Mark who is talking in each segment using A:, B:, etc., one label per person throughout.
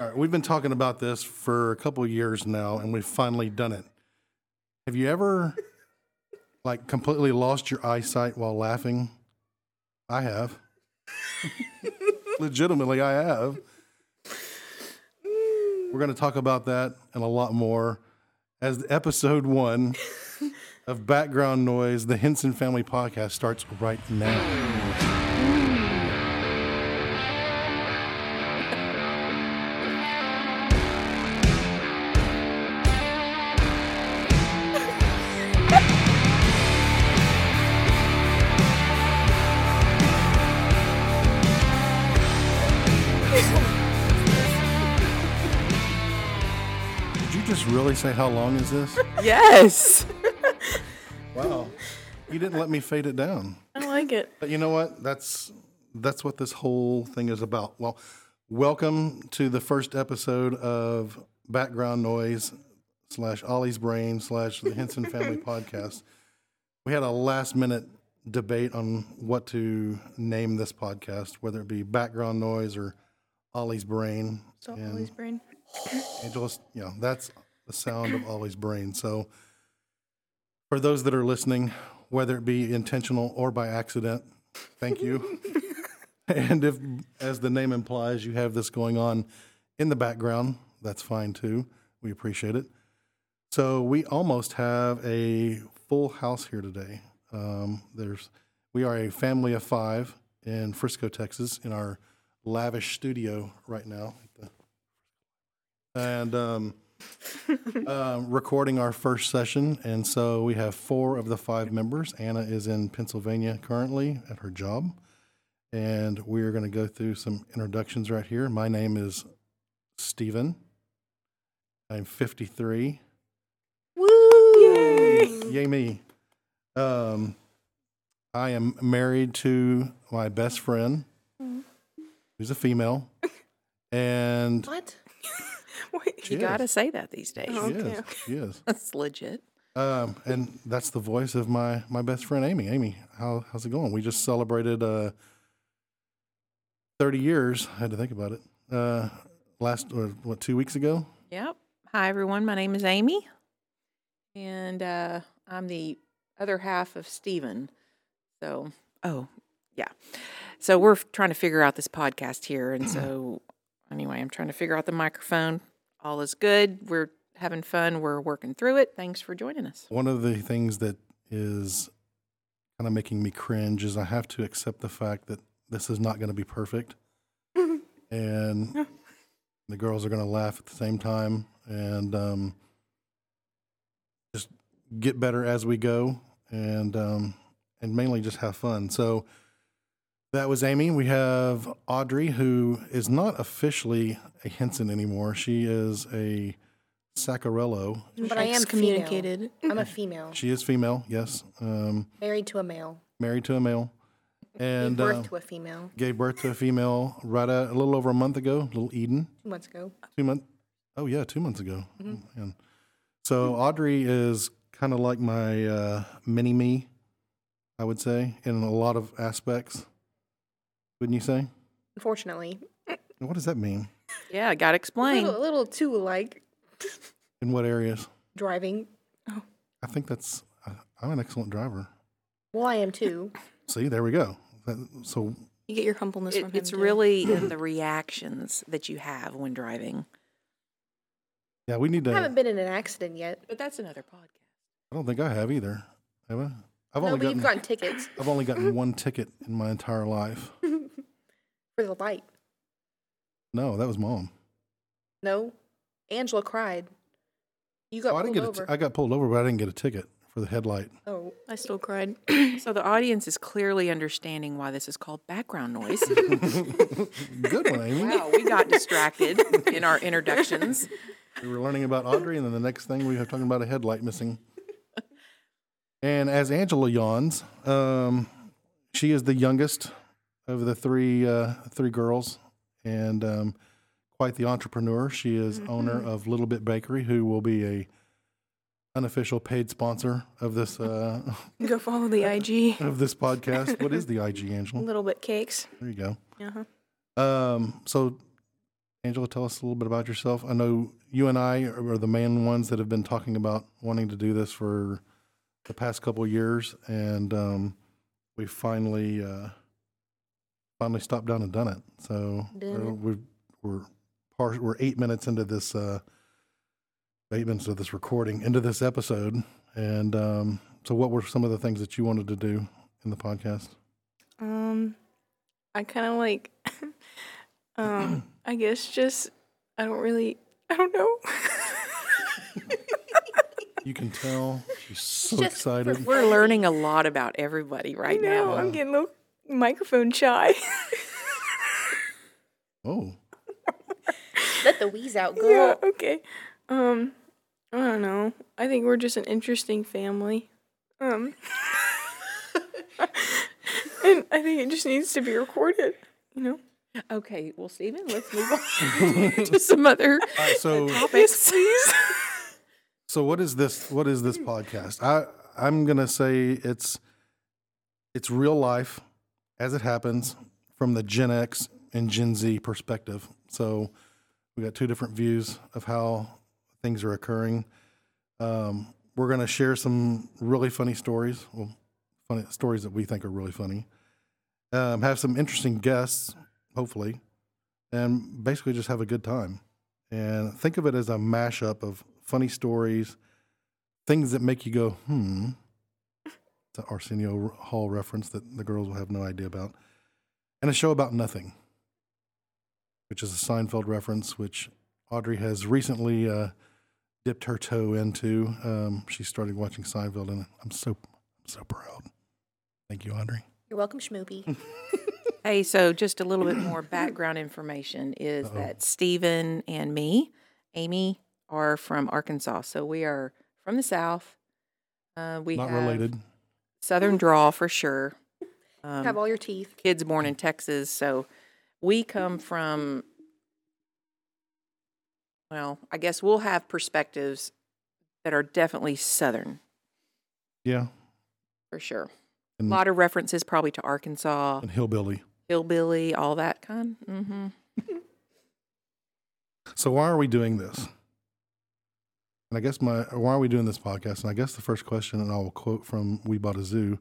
A: All right, we've been talking about this for a couple of years now, and we've finally done it. Have you ever, like, completely lost your eyesight while laughing? I have. Legitimately, I have. We're going to talk about that and a lot more as episode one of Background Noise, the Henson Family Podcast starts right now. Did you just really say how long is this?
B: Yes.
A: Wow. You didn't let me fade it down.
B: I like it.
A: But you know what? That's that's what this whole thing is about. Well, welcome to the first episode of Background Noise slash Ollie's Brain slash the Henson Family Podcast. We had a last minute debate on what to name this podcast, whether it be Background Noise or Ollie's Brain.
B: Stop
A: And-
B: Ollie's brain.
A: Angelus, you know, that's the sound of Ollie's brain. So, for those that are listening, whether it be intentional or by accident, thank you. and if, as the name implies, you have this going on in the background, that's fine too. We appreciate it. So, we almost have a full house here today. Um, there's, we are a family of five in Frisco, Texas, in our lavish studio right now at the and um, um, recording our first session. And so we have four of the five members. Anna is in Pennsylvania currently at her job. And we are going to go through some introductions right here. My name is Stephen. I'm 53.
B: Woo!
A: Yay, me. Um, I am married to my best friend,
B: Mm-hmm.
A: who's a female. And
C: What?
B: Wait, you
A: Cheers.
B: gotta say that these days.
A: she is. She is.
B: That's legit.
A: Um, and that's the voice of my my best friend Amy. Amy, how how's it going? We just celebrated uh, thirty years. I had to think about it. Uh, last or what two weeks ago?
B: Yep. Hi everyone. My name is Amy, and uh, I'm the other half of Steven. So, oh yeah. So we're f- trying to figure out this podcast here, and so anyway, I'm trying to figure out the microphone. All is good. We're having fun. We're working through it. Thanks for joining us.
A: One of the things that is kind of making me cringe is I have to accept the fact that this is not going to be perfect, and the girls are going to laugh at the same time, and um, just get better as we go, and um, and mainly just have fun. So that was Amy. We have Audrey, who is not officially a Henson anymore. She is a Saccarello.
C: But I am communicated.
D: excommunicated.
C: I'm a female,
A: She is female, yes. Um,
C: married to a male,
A: married to a male, and
C: gave
A: uh,
C: birth to a female
A: gave birth to a female right a, a little over a month ago. Little Eden,
C: two months ago.
A: two month. Oh yeah, two months ago.
C: Mm-hmm.
A: And so Audrey is kind of like my uh, mini me, I would say, in a lot of aspects. Wouldn't you say?
C: Unfortunately,
A: What does that mean?
B: Yeah, got to
C: a
B: explain.
C: little, a little too like
A: In what areas?
C: driving.
A: I think that's. I, I'm an excellent driver.
C: Well, I am too.
A: See, there we go. That- So
D: You get your humbleness
B: It-
D: from him.
B: it's
D: too.
B: really in the reactions that you have when driving.
A: yeah, we need to.
C: I haven't been in an accident yet.
B: But that's another podcast.
A: I don't think I have either. Have I? I've
C: No,
A: only
C: but
A: gotten,
C: you've gotten tickets
A: I've only gotten one ticket in my entire life.
C: for the light.
A: No, that was mom.
C: No, Angela cried. You got
A: Oh, I
C: pulled
A: didn't get. A t-
C: over.
A: I got pulled over, but I didn't get a ticket for the headlight.
C: oh,
D: I still cried.
B: So the audience is clearly understanding why this is called background noise.
A: Good one, Amy.
B: wow, we got distracted in our introductions.
A: We were learning about Audrey, and then the next thing we were talking about a headlight missing. And as Angela yawns, um, she is the youngest of the three uh, three girls, and um, quite the entrepreneur. She is
C: Mm-hmm.
A: owner of Little Bit Bakery, who will be a unofficial paid sponsor of this uh,
D: Go follow the IG.
A: of this podcast. Hmm. What is the IG, Angela?
D: Little bit cakes.
A: There you go.
D: Uh huh.
A: Um, so Angela, tell us a little bit about yourself. I know you and I are the main ones that have been talking about wanting to do this for the past couple of years, and um, we finally uh, finally stopped down and done it. So
C: Done
A: uh,
C: it.
A: we've, we're par- we're eight minutes into this uh, eight minutes of this recording into this episode, and um, so what were some of the things that you wanted to do in the podcast?
D: Um, I kind of like, um, I guess just I don't really, I don't know.
A: You can tell she's so
C: Just for
A: excited.
B: We're learning a lot about everybody
D: I
B: right
D: know
B: now.
D: I'm getting a little microphone shy.
A: Oh,
C: Let the wheeze out,
D: yeah.
C: girl.
D: Okay. Um, I don't know. I think we're just an interesting family. Um, and I think it just needs to be recorded. You know.
B: Okay, well, Stephen, let's move on to some other
A: All right, so.
B: topics.
D: Please.
A: So what is this? What is this podcast? I I'm gonna say it's it's real life as it happens from the Gen X and Gen Z perspective. So we got two different views of how things are occurring. Um, we're gonna share some really funny stories. Well, funny stories that we think are really funny. Um, have some interesting guests, hopefully, and basically just have a good time and think of it as a mashup of funny stories, things that make you go, hmm. It's an Arsenio Hall reference that the girls will have no idea about. And a show about nothing, which is a Seinfeld reference, which Audrey has recently uh, dipped her toe into. Um, she started watching Seinfeld, and I'm so, so proud. Thank you, Audrey.
C: You're welcome, Schmoopy.
B: Hey, so just a little bit more background information is
A: Uh-huh.
B: that Stephen and me, Amy, are from Arkansas. So we are from the South. Uh, we
A: Not
B: have
A: related.
B: Southern draw for sure. Um,
C: Have all your teeth.
B: kids born in Texas. So we come from, well, I guess we'll have perspectives that are definitely Southern
A: Yeah.
B: for sure. A
A: And-
B: lot of references probably to Arkansas,
A: And hillbilly.
B: hillbilly, all that kind. Mm-hmm.
A: So why are we doing this? And I guess my why are we doing this podcast? And I guess the first question, and I will quote from We Bought a Zoo.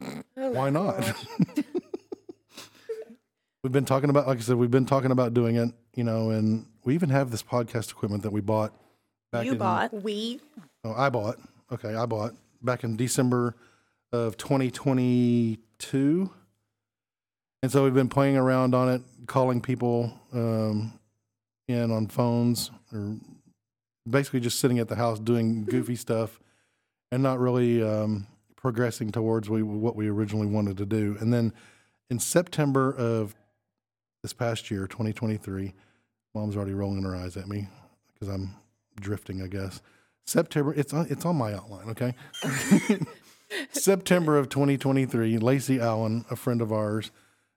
A: Why not?
D: Oh
A: we've been talking about, like I said, we've been talking about doing it, you know, and we even have this podcast equipment that we bought back
D: you
A: in
D: bought.
C: We
A: Oh, I bought. Okay, I bought back in December of 2022. And so we've been playing around on it, calling people um, in on phones or basically just sitting at the house doing goofy stuff and not really um, progressing towards we, what we originally wanted to do. And then in September of this past year, 2023, mom's already rolling her eyes at me because I'm drifting, I guess. September, it's on, it's on my outline, okay? September of 2023, Lacey Allen, a friend of ours,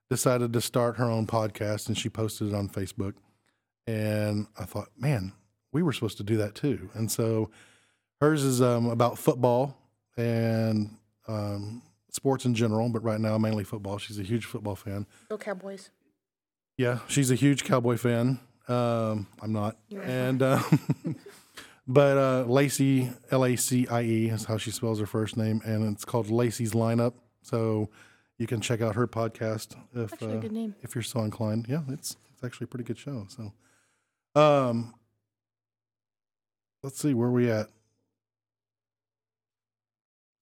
A: decided to start her own podcast and she posted it on Facebook. And I thought, man, we were supposed to do that too. And so hers is um, about football and um, sports in general, but right now mainly football. She's a huge football fan.
C: go Cowboys.
A: Yeah, she's a huge cowboy fan. Um, I'm not, and um, but uh, Lacey L A C I E is how she spells her first name, and it's called Lacey's Lineup. So you can check out her podcast if
D: Actually, a
A: uh,
D: good name.
A: if you're so inclined. Yeah, it's it's actually a pretty good show. So, um, let's see where we at.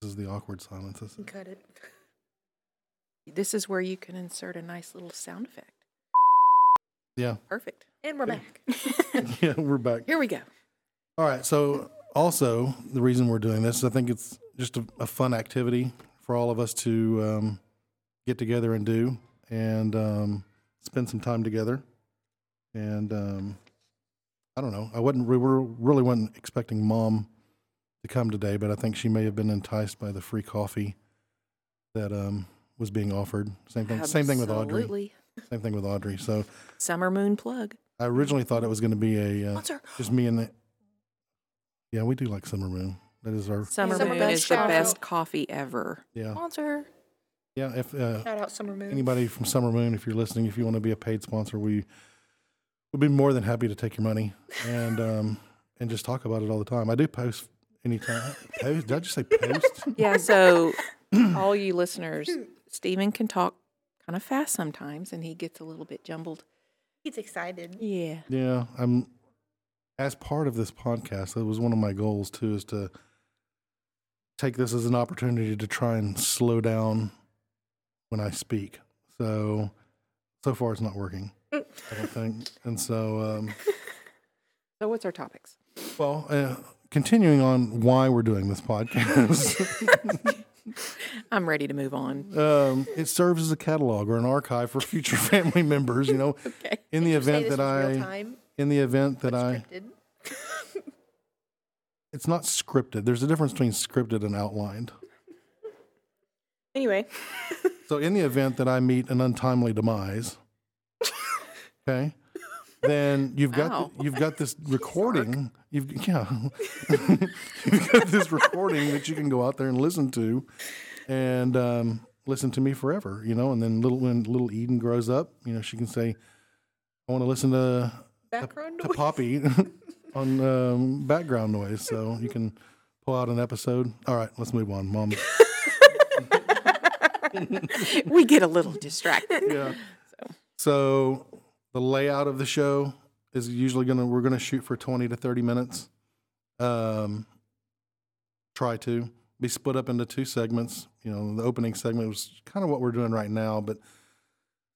A: This is the awkward silence. This-
C: You Cut it.
B: This is where you can insert a nice little sound effect.
A: Yeah,
B: Perfect.
C: And we're back.
A: yeah, we're back.
B: Here we go.
A: All right. So, also, the reason we're doing this, I think it's just a, a fun activity for all of us to um, get together and do and um, spend some time together. And um, I don't know. I wasn't, we were, really wasn't expecting mom to come today, but I think she may have been enticed by the free coffee that um, was being offered. Same thing, same thing with Audrey.
B: Absolutely.
A: Same thing with Audrey. So,
B: Summer moon plug.
A: I originally thought it was going to be a. Uh,
D: Sponsor.
A: just me and the. Yeah, we do like Summer Moon. That is our.
B: Summer,
D: Summer
B: moon
D: best
B: is the
D: coffee.
B: best coffee ever.
A: Yeah.
D: Sponsor.
A: Yeah. If uh,
C: Shout out Summer Moon.
A: anybody from Summer Moon, if you're listening, if you want to be a paid sponsor, we We'd be more than happy to take your money and um, and just talk about it all the time. I do post anytime. post? Did I just say post?
B: Yeah, so all you listeners, Stephen can talk kind of fast sometimes and he gets a little bit jumbled.
C: He's excited.
B: Yeah.
A: Yeah, I'm. As part of this podcast, that was one of my goals too, is to take this as an opportunity to try and slow down when I speak. So, so far, it's not working.
C: Mm.
A: I don't think, and so. Um,
B: So what's our topics?
A: well, uh, continuing on why we're doing this podcast.
B: I'm ready to move on.
A: um, it serves as a catalog or an archive for future family members. You know, in the
C: Say
A: event
C: this
A: that
C: was real
A: I,
C: time,
A: in the event that I,
C: scripted.
A: it's not scripted. There's a difference between scripted and outlined.
D: Anyway,
A: So, in the event that I meet an untimely demise, okay, then you've got
B: Wow.
A: you've got this recording. You've yeah, you've got this recording that you can go out there and listen to, and um, listen to me forever. You know, and then little when little Eden grows up, you know, she can say, "I want to listen to
C: Background
A: to
C: noise.
A: Poppy on um, background noise." So you can pull out an episode. All right, let's move on, Mom.
B: We get a little distracted.
A: yeah. So. the layout of the show is usually gonna we're gonna shoot for twenty to thirty minutes. Um, try to be split up into two segments. You know, the opening segment was kind of what we're doing right now, but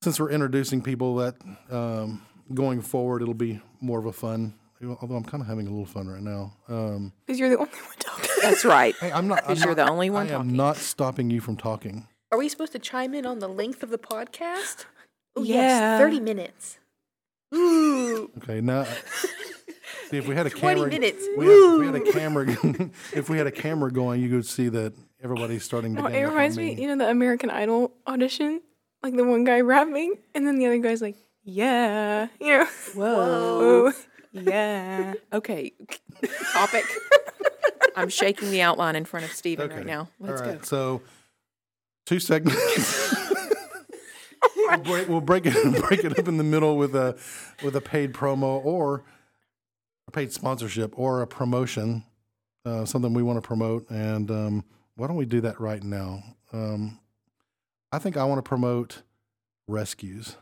A: since we're introducing people, that um, going forward it'll be more of a fun. Although I'm kind of having a little fun right now. Um,
D: because you're the only one talking.
B: That's right.
A: hey, I'm not. I'm
B: Because you're
A: not-
B: the only
A: I
B: one
A: am
B: talking.
A: not stopping you from talking.
C: Are we supposed to chime in on the length of the podcast? Oh,
D: Yeah.
C: Yes, 30 minutes. Ooh.
A: Okay, now see if we had a
C: 20
A: camera.
C: minutes.
A: We had, if we had a camera. if we had a camera going, you could see that everybody's starting to.
D: Oh,
A: gang
D: it
A: up on
D: reminds me, you know, the American Idol audition, like the one guy rapping, and then the other guy's like, "Yeah, you know,
B: Whoa.
D: oh, yeah."
B: Okay. Topic. I'm shaking the outline in front of Stephen right
A: Okay.
B: now. Let's
A: All right,
B: go.
A: so two
D: Oh
A: segments. we'll, break, we'll break it break it up in the middle with a with a paid promo or a paid sponsorship or a promotion, uh, something we want to promote. And um, why don't we do that right now? Um, I think I want to promote rescues.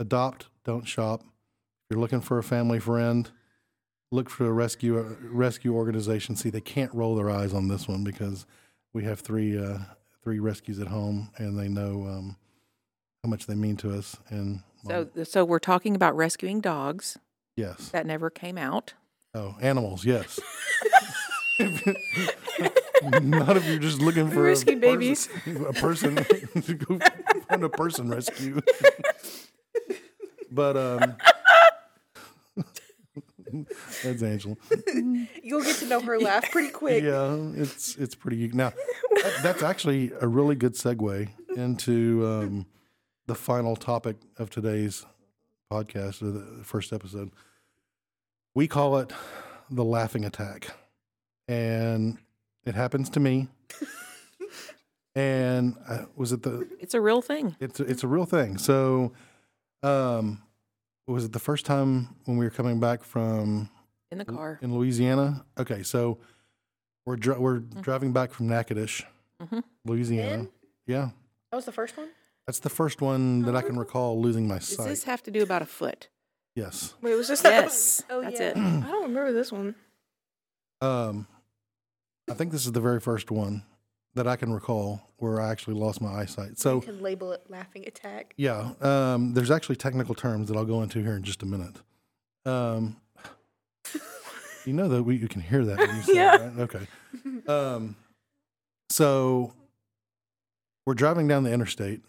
A: Adopt, don't shop. If you're looking for a family friend, look for a rescue a rescue organization. See, they can't roll their eyes on this one because we have three uh, three rescues at home, and they know um, how much they mean to us. And well,
B: So so we're talking about rescuing dogs
A: yes,
B: that never came out.
A: oh, animals, yes. Not if you're just looking for
D: rescued
A: a
D: babies.
A: person, a person to go find a person rescue. but um, that's Angela.
C: You'll get to know her laugh pretty quick.
A: Yeah, it's it's pretty unique. Now, that- that's actually a really good segue into um, the final topic of today's podcast, or the first episode. We call it the laughing attack, and it happens to me. and I, was it the
B: It's a real thing.
A: it's a, it's a real thing. So, um, was it the first time when we were coming back from
B: In the car.
A: in Louisiana. Okay, so we're dri- we're driving back from Natchitoches,
B: Mhm.
A: Louisiana.
C: Ben?
A: Yeah,
C: That was the first one?
A: that's the first one that I can recall losing my
B: Does
A: sight.
B: this have to do about a foot?
A: yes.
D: Wait, was this?
B: Yes.
C: Oh,
B: that's
C: yeah.
B: it.
D: I don't remember this one.
A: Um, I think this is the very first one that I can recall where I actually lost my eyesight.
C: You
A: So
C: can label it laughing attack.
A: yeah, um, there's actually technical terms that I'll go into here in just a minute. Um, you know that we you can hear that when you say it,
D: Yeah.
A: right? Okay. Um, so we're driving down the interstate,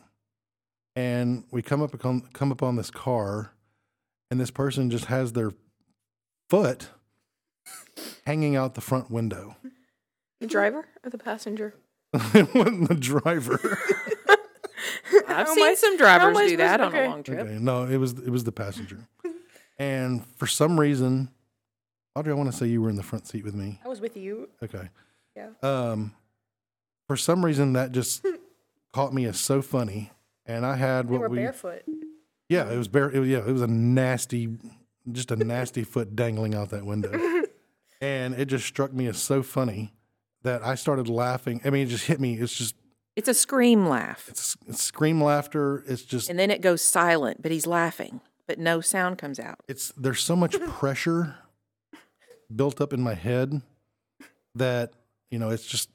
A: and we come up come, come upon this car, and this person just has their foot hanging out the front window.
D: The driver or the passenger?
A: it wasn't the driver.
B: I've
D: How am
B: seen
D: I-
B: some
D: how
B: drivers
D: am I
B: do that
D: supposed
B: on
D: to-
B: a
D: okay.
B: long trip.
A: Okay, no, it was it was the passenger, and for some reason, Audrey, I want to say you were in the front seat with me.
C: I was with you.
A: Okay.
C: Yeah.
A: Um, for some reason that just caught me as so funny, and I had
C: We
A: what
C: were
A: we
C: barefoot.
A: Yeah, it was bare. It was, yeah, it was a nasty, just a nasty foot dangling out that window, and it just struck me as so funny that I started laughing. I mean, it just hit me. It's just
B: It's a scream laugh.
A: it's, it's scream laughter. It's just
B: And then it goes silent, but he's laughing, but no sound comes out.
A: it's there's so much pressure built up in my head that you know it's just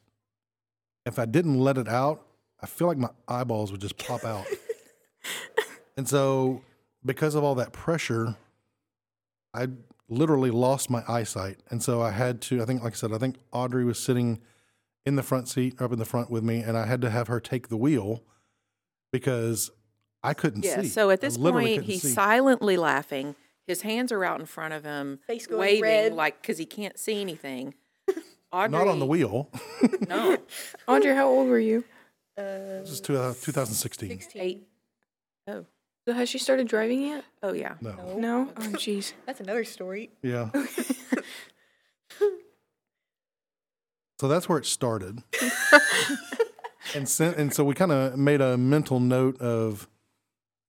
A: if I didn't let it out, I feel like my eyeballs would just pop out. and so because of all that pressure, I literally lost my eyesight. And so I had to I think like I said, I think Audrey was sitting in the front seat up in the front with me and I had to have her take the wheel because I couldn't
B: Yeah.
A: see.
B: So at
A: I
B: this
A: literally
B: point,
A: couldn't
B: he's
A: see.
B: silently laughing. His hands are out in front of him,
C: Face going
B: waving
C: red.
B: like because he can't see anything. Audrey,
A: not on the wheel.
B: No,
D: Audrey, how old were you?
A: This is two, uh, 2016.
B: eight. Oh,
D: So Has she started driving yet?
B: oh yeah.
A: No.
D: No. Oh, jeez.
C: That's another story.
A: Yeah. so that's where it started. and sen- and so we kind of made a mental note of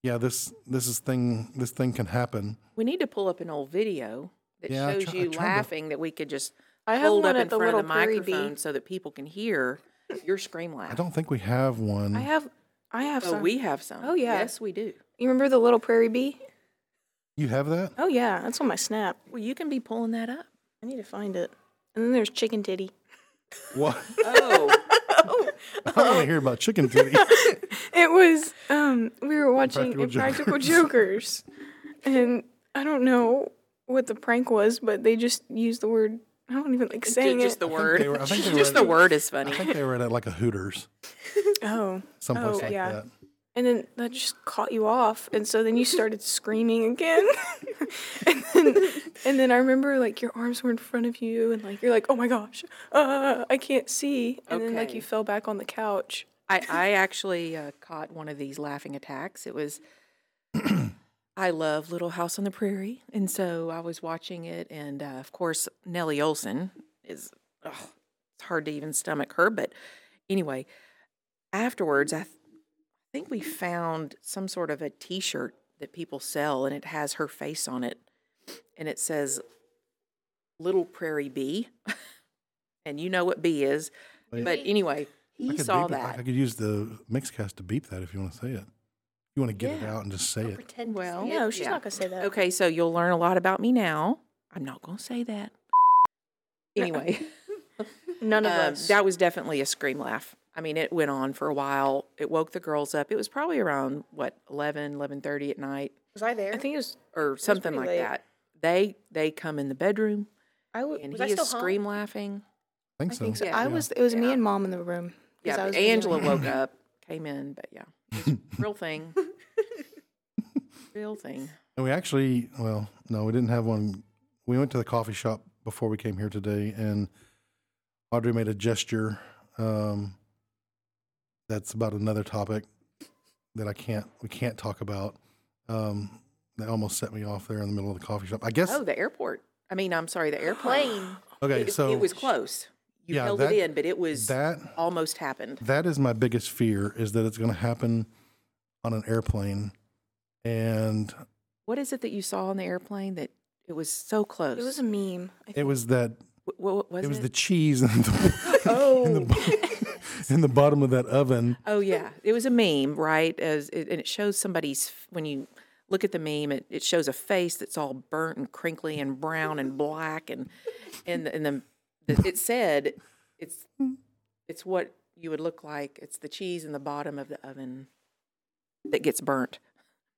A: yeah, this this is thing this thing can happen.
B: We need to pull up an old video that
A: Yeah, I
B: shows
A: tr- I
B: you
A: tried to-
B: laughing that we could just
D: I have
B: hold
D: one
B: up
D: at
B: in
D: the
B: front of the
D: little prairie bee.
B: microphone so that people can hear your scream laugh.
A: I don't think we have one.
D: I have. I have
B: Oh,
D: some.
B: we have some.
D: Oh, yeah.
B: Yes, we do.
D: you remember the little prairie bee?
A: you have that?
D: Oh yeah, that's on my snap.
B: Well, you can be pulling that up.
D: I need to find it. And then there's chicken titty.
A: What?
B: Oh,
A: I want to hear about chicken titty.
D: It was um we were watching
A: Impractical
D: Impractical Jokers. and I don't know what the prank was, but they just used the word I don't even like saying
B: just
D: it.
B: the word.
A: they were- I think they
B: just
A: were-
B: the word is
A: I
B: funny.
A: think they were at like a Hooters,
D: oh.
A: someplace
D: Oh,
A: like
D: yeah.
A: that.
D: And then that just caught you off, and so then you started screaming again. and, then, and then I remember like your arms were in front of you, and like you're like, "Oh my gosh, uh, I can't see!" And then like
B: Okay.
D: you fell back on the couch.
B: I, I actually uh, caught one of these laughing attacks. It was, I love Little House on the Prairie. And so I was watching it. And uh, of course, Nellie Olson is, ugh, it's hard to even stomach her. But anyway, afterwards, I th- think we found some sort of a t shirt that people sell, and it has her face on it. And it says, Little Prairie Bee. and you know what bee is.
A: Wait.
B: But anyway,
A: I
B: he
A: could
B: saw
A: beep it. I-
B: that.
A: I could use the mixcast to beep that if you want to say it. You want to get it
B: Yeah.
A: out and just say it.
C: Pretend. to say
B: Well,
C: it.
B: No,
C: no,
B: she's
C: she's
B: yeah.
C: not
B: not
C: gonna say that.
B: Okay, so you'll learn a lot about me now. I'm not going to say that. Anyway,
D: None of
B: um,
D: us.
B: that was definitely a scream laugh. I mean, it went on for a while. It woke the girls up. It was probably around what 11, 11:30 at night
C: Was I there?
D: I think it was.
B: or something like
C: pretty late.
B: that. They they come in the bedroom
C: I w-
B: and
C: was.
B: he
C: I still
B: is
C: home?
B: scream laughing.
A: I think
D: I
A: so.
D: think so.
B: Yeah.
D: I was. It was me
B: Yeah.
D: and mom in the room. 'cause I
B: Yeah,
D: was
B: but
D: the young-
B: Angela woke up, came in, but yeah, it was a real thing, real thing.
A: And we actually, well, no, we didn't have one. We went to the coffee shop before we came here today, and Audrey made a gesture. Um, that's about another topic that I can't, we can't talk about. Um, that almost set me off there in the middle of the coffee shop. I guess.
B: Oh, the airport. I mean, I'm sorry, the airplane.
C: Plane.
A: okay,
B: It,
A: so
B: it was close. You
A: Yeah,
B: held
A: that-
B: it in, but it was
A: that
B: almost happened.
A: that is my biggest fear is that it's going to happen on an airplane, and
B: What is it that you saw on the airplane that it was so close?
D: It was a meme. I
A: it was that
B: Wh- wh- what was
A: it
B: it?
A: was the cheese in the, in, the bo- in the bottom of that oven.
B: oh yeah, it was a meme, right? As it, and it shows somebody's f- when you look at the meme, it, it shows a face that's all burnt and crinkly and brown and black and and the- and the, the it said it's it's what you would look like. It's the cheese in the bottom of the oven that gets burnt.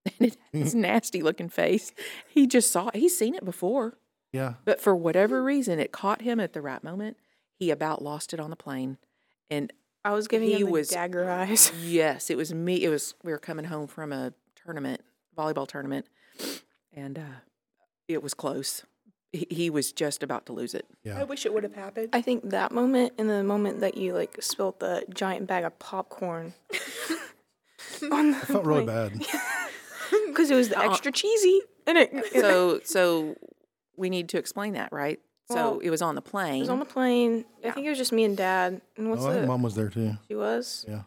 B: And it, it's nasty looking face. He just saw. He's seen it before.
A: Yeah.
B: But for whatever reason, it caught him at the right moment. He about lost it on the plane. And
D: I was giving
B: He
D: him the
B: was-
D: dagger eyes.
B: yes, it was me. It was we were coming home from a tournament, volleyball tournament, and uh, it was close. He, he was just about to lose it.
A: Yeah.
C: I wish it would have happened.
D: I think that moment and the moment that you like spilt the giant bag of popcorn on the
A: I felt really bad.
D: because it was
B: Uh-uh.
D: the extra cheesy and it, it
B: So so we need to explain that, right? so
D: Well,
B: it was on the plane.
D: was on the plane. I think it was just me and dad. And what's
A: Oh, I think
D: the
A: mom was there too.
D: she was
A: Yeah.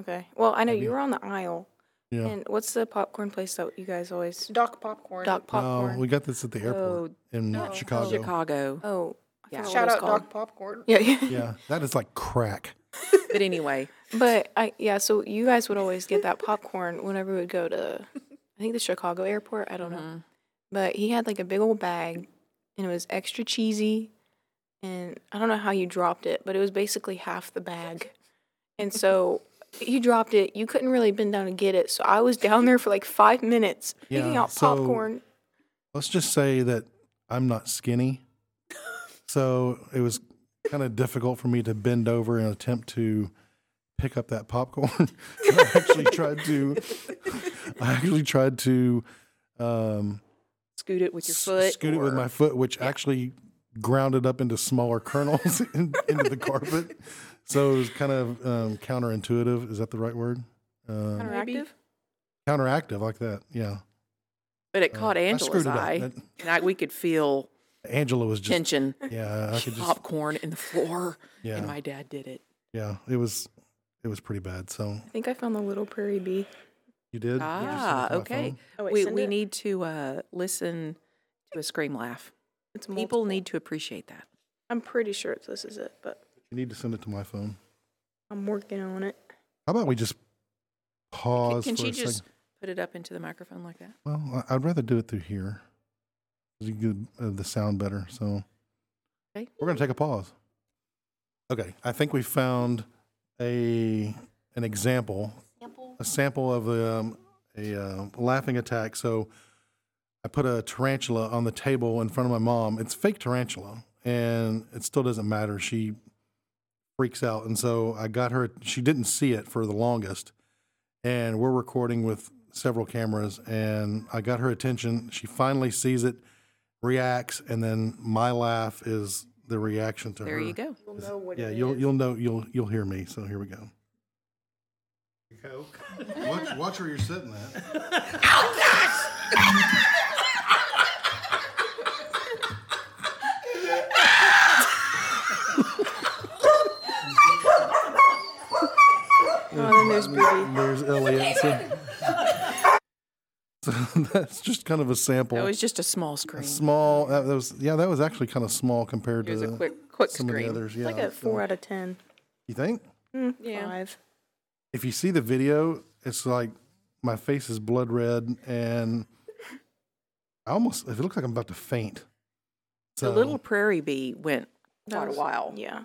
D: okay. Well, I know
A: Maybe.
D: you were on the aisle,
A: Yeah.
D: And what's the popcorn place that you guys always
C: Doc popcorn.
D: Doc
A: No,
D: popcorn?
A: Uh, we got this at the airport
B: Oh,
A: in
C: no.
A: Chicago.
B: Chicago.
D: oh, I
B: Yeah.
D: forgot what
C: Shout
D: it's
C: out
D: called.
C: Doc popcorn.
D: Yeah, yeah.
A: Yeah, that is like crack.
B: But anyway,
D: But I yeah, so you guys would always get that popcorn whenever we would go to I think the Chicago airport, I don't
A: Mm-hmm.
D: know. But he had like a big old bag and it was extra cheesy and I don't know how you dropped it, but it was basically half the bag. And so you dropped it, you couldn't really bend down and get it. So I was down there for like five minutes picking
A: Yeah,
D: out
A: so-
D: popcorn.
A: Let's just say that I'm not skinny. So it was kind of difficult for me to bend over and attempt to pick up that popcorn. I actually tried to I actually tried to um
B: scoot it with your
A: s-
B: foot.
A: scoot it with
B: or-
A: my foot, which actually ground it up into smaller kernels in, into the carpet. So it was kind of um, counterintuitive. Is that the right word? Um,
D: Interactive?
A: counteractive, like that. Yeah.
B: But it
A: Uh,
B: caught
A: I
B: Angela's
A: screwed it up.
B: eye,
A: That-
B: and I, we could feel
A: Angela was just
B: tension.
A: yeah. I could just
B: popcorn in the floor,
A: yeah
B: and my dad did it.
A: yeah. It was it was pretty bad. So
D: I think I found the little prairie bee.
A: you did. You just
B: Ah,
A: looked at my
B: okay.
A: phone?
C: Oh, wait,
B: we
C: send
B: we
C: it?
B: need to uh, listen to a scream laugh.
D: It's
B: People need to appreciate that.
D: I'm pretty sure it's, this is it, but
A: You need to send it to my phone.
D: I'm working on it.
A: How about we just
B: Can,
A: pause
B: can
A: for
B: she
A: a
B: just
A: second?
B: put it up into the microphone like that?
A: Well, I- I'd rather do it through here. You get uh, the sound better. So
B: Okay.
A: we're going to take a pause. Okay, I think we found a an example, a sample of um, a uh, laughing attack. So I put a tarantula on the table in front of my mom. It's fake tarantula, and it still doesn't matter. She freaks out, and so I got her. She didn't see it for the longest, and we're recording with several cameras, and I got her attention. She finally sees it, reacts, and then my laugh is the reaction to her.
B: There you go.
C: You'll know what
A: Yeah,
C: it
A: you'll
C: is.
A: you'll know you'll you'll hear me. So here we go. Watch, watch where you're sitting at.
D: Oh, then there's Booby.
A: There's Elliot. So, so that's just kind of a sample.
B: That was just a small scream.
A: small. That, that was yeah. That was actually kind of small compared
B: Here's
A: to
B: a quick quick
A: some
B: scream.
A: of the others. Yeah.
D: Like a
A: so-
D: four out of ten.
A: You think?
C: Mm,
B: Yeah.
D: Five.
A: if you see the video, it's like my face is blood red, and I almost it looks like I'm about to faint.
B: The little prairie bee went
D: That
B: quite a
D: was-
B: while.
D: Yeah.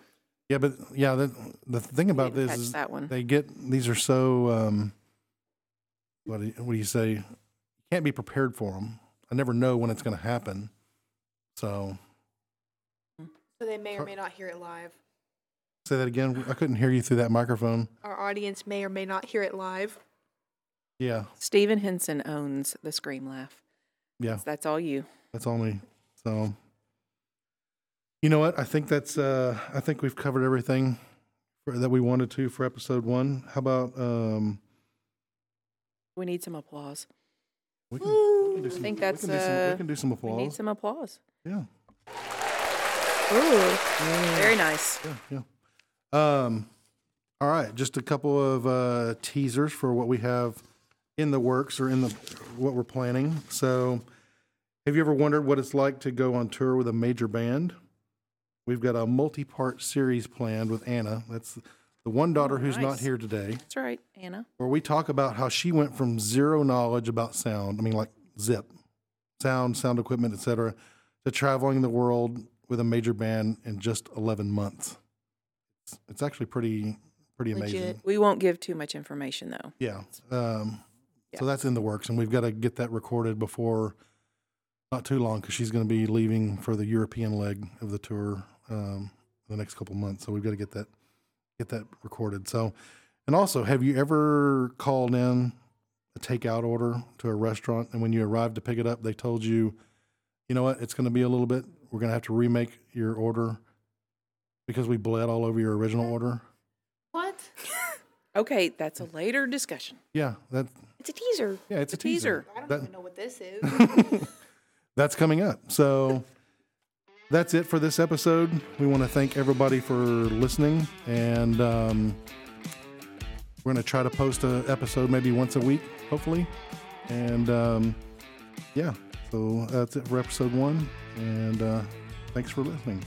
A: yeah, but yeah, the, the thing about
B: Didn't
A: this
B: catch
A: is
B: that one.
A: they get these are so um, what do you, what do you say? You can't be prepared for them. I never know when it's going to happen. So
C: So they may
A: Tar-
C: or may not hear it live.
A: say that again. I couldn't hear you through that microphone.
C: Our audience may or may not hear it live.
A: Yeah,
B: Stephen Henson owns the scream laugh.
A: yeah.
B: That's all you.
A: That's all me. So, you know what? I think that's. Uh, I think we've covered everything for, that we wanted to for episode one. How about um,
B: We need some applause.
A: we can, we can do
B: I
A: some,
B: think
A: we
B: that's,
A: can do some,
B: uh,
A: we can do some
B: We need
A: applause.
B: some applause.
A: yeah,
D: Ooh.
B: Very nice.
A: yeah, yeah. Um, all right, just a couple of uh, teasers for what we have in the works or in the what we're planning. So, have you ever wondered what it's like to go on tour with a major band? We've got a multi-part series planned with Anna. That's the one daughter who's not
B: nice.
A: here today,
B: That's right, Anna.
A: where we talk about how she went from zero knowledge about sound. I mean, like zip, sound, sound equipment, etc., to traveling the world with a major band in just 11 months. It's, it's actually pretty pretty amazing.
D: Legit.
B: We won't give too much information though.
A: Yeah. Um, So that's in the works, and we've got to get that recorded before not too long because she's going to be leaving for the European leg of the tour um, in the next couple months. So we've got to get that get that recorded. So, and also, have you ever called in a takeout order to a restaurant, and when you arrived to pick it up, they told you, you know what, it's going to be a little bit. We're going to have to remake your order because we bled all over your original order.
C: What?
B: Okay, that's a later discussion.
A: Yeah, that
D: It's a teaser.
A: yeah, it's a,
B: teaser.
C: I don't
A: That-
C: even know what this is.
A: that's coming up. So that's it for this episode. We want to thank everybody for listening, and um, we're going to try to post an episode maybe once a week hopefully. And um, yeah, so that's it for episode one. And uh, thanks for listening.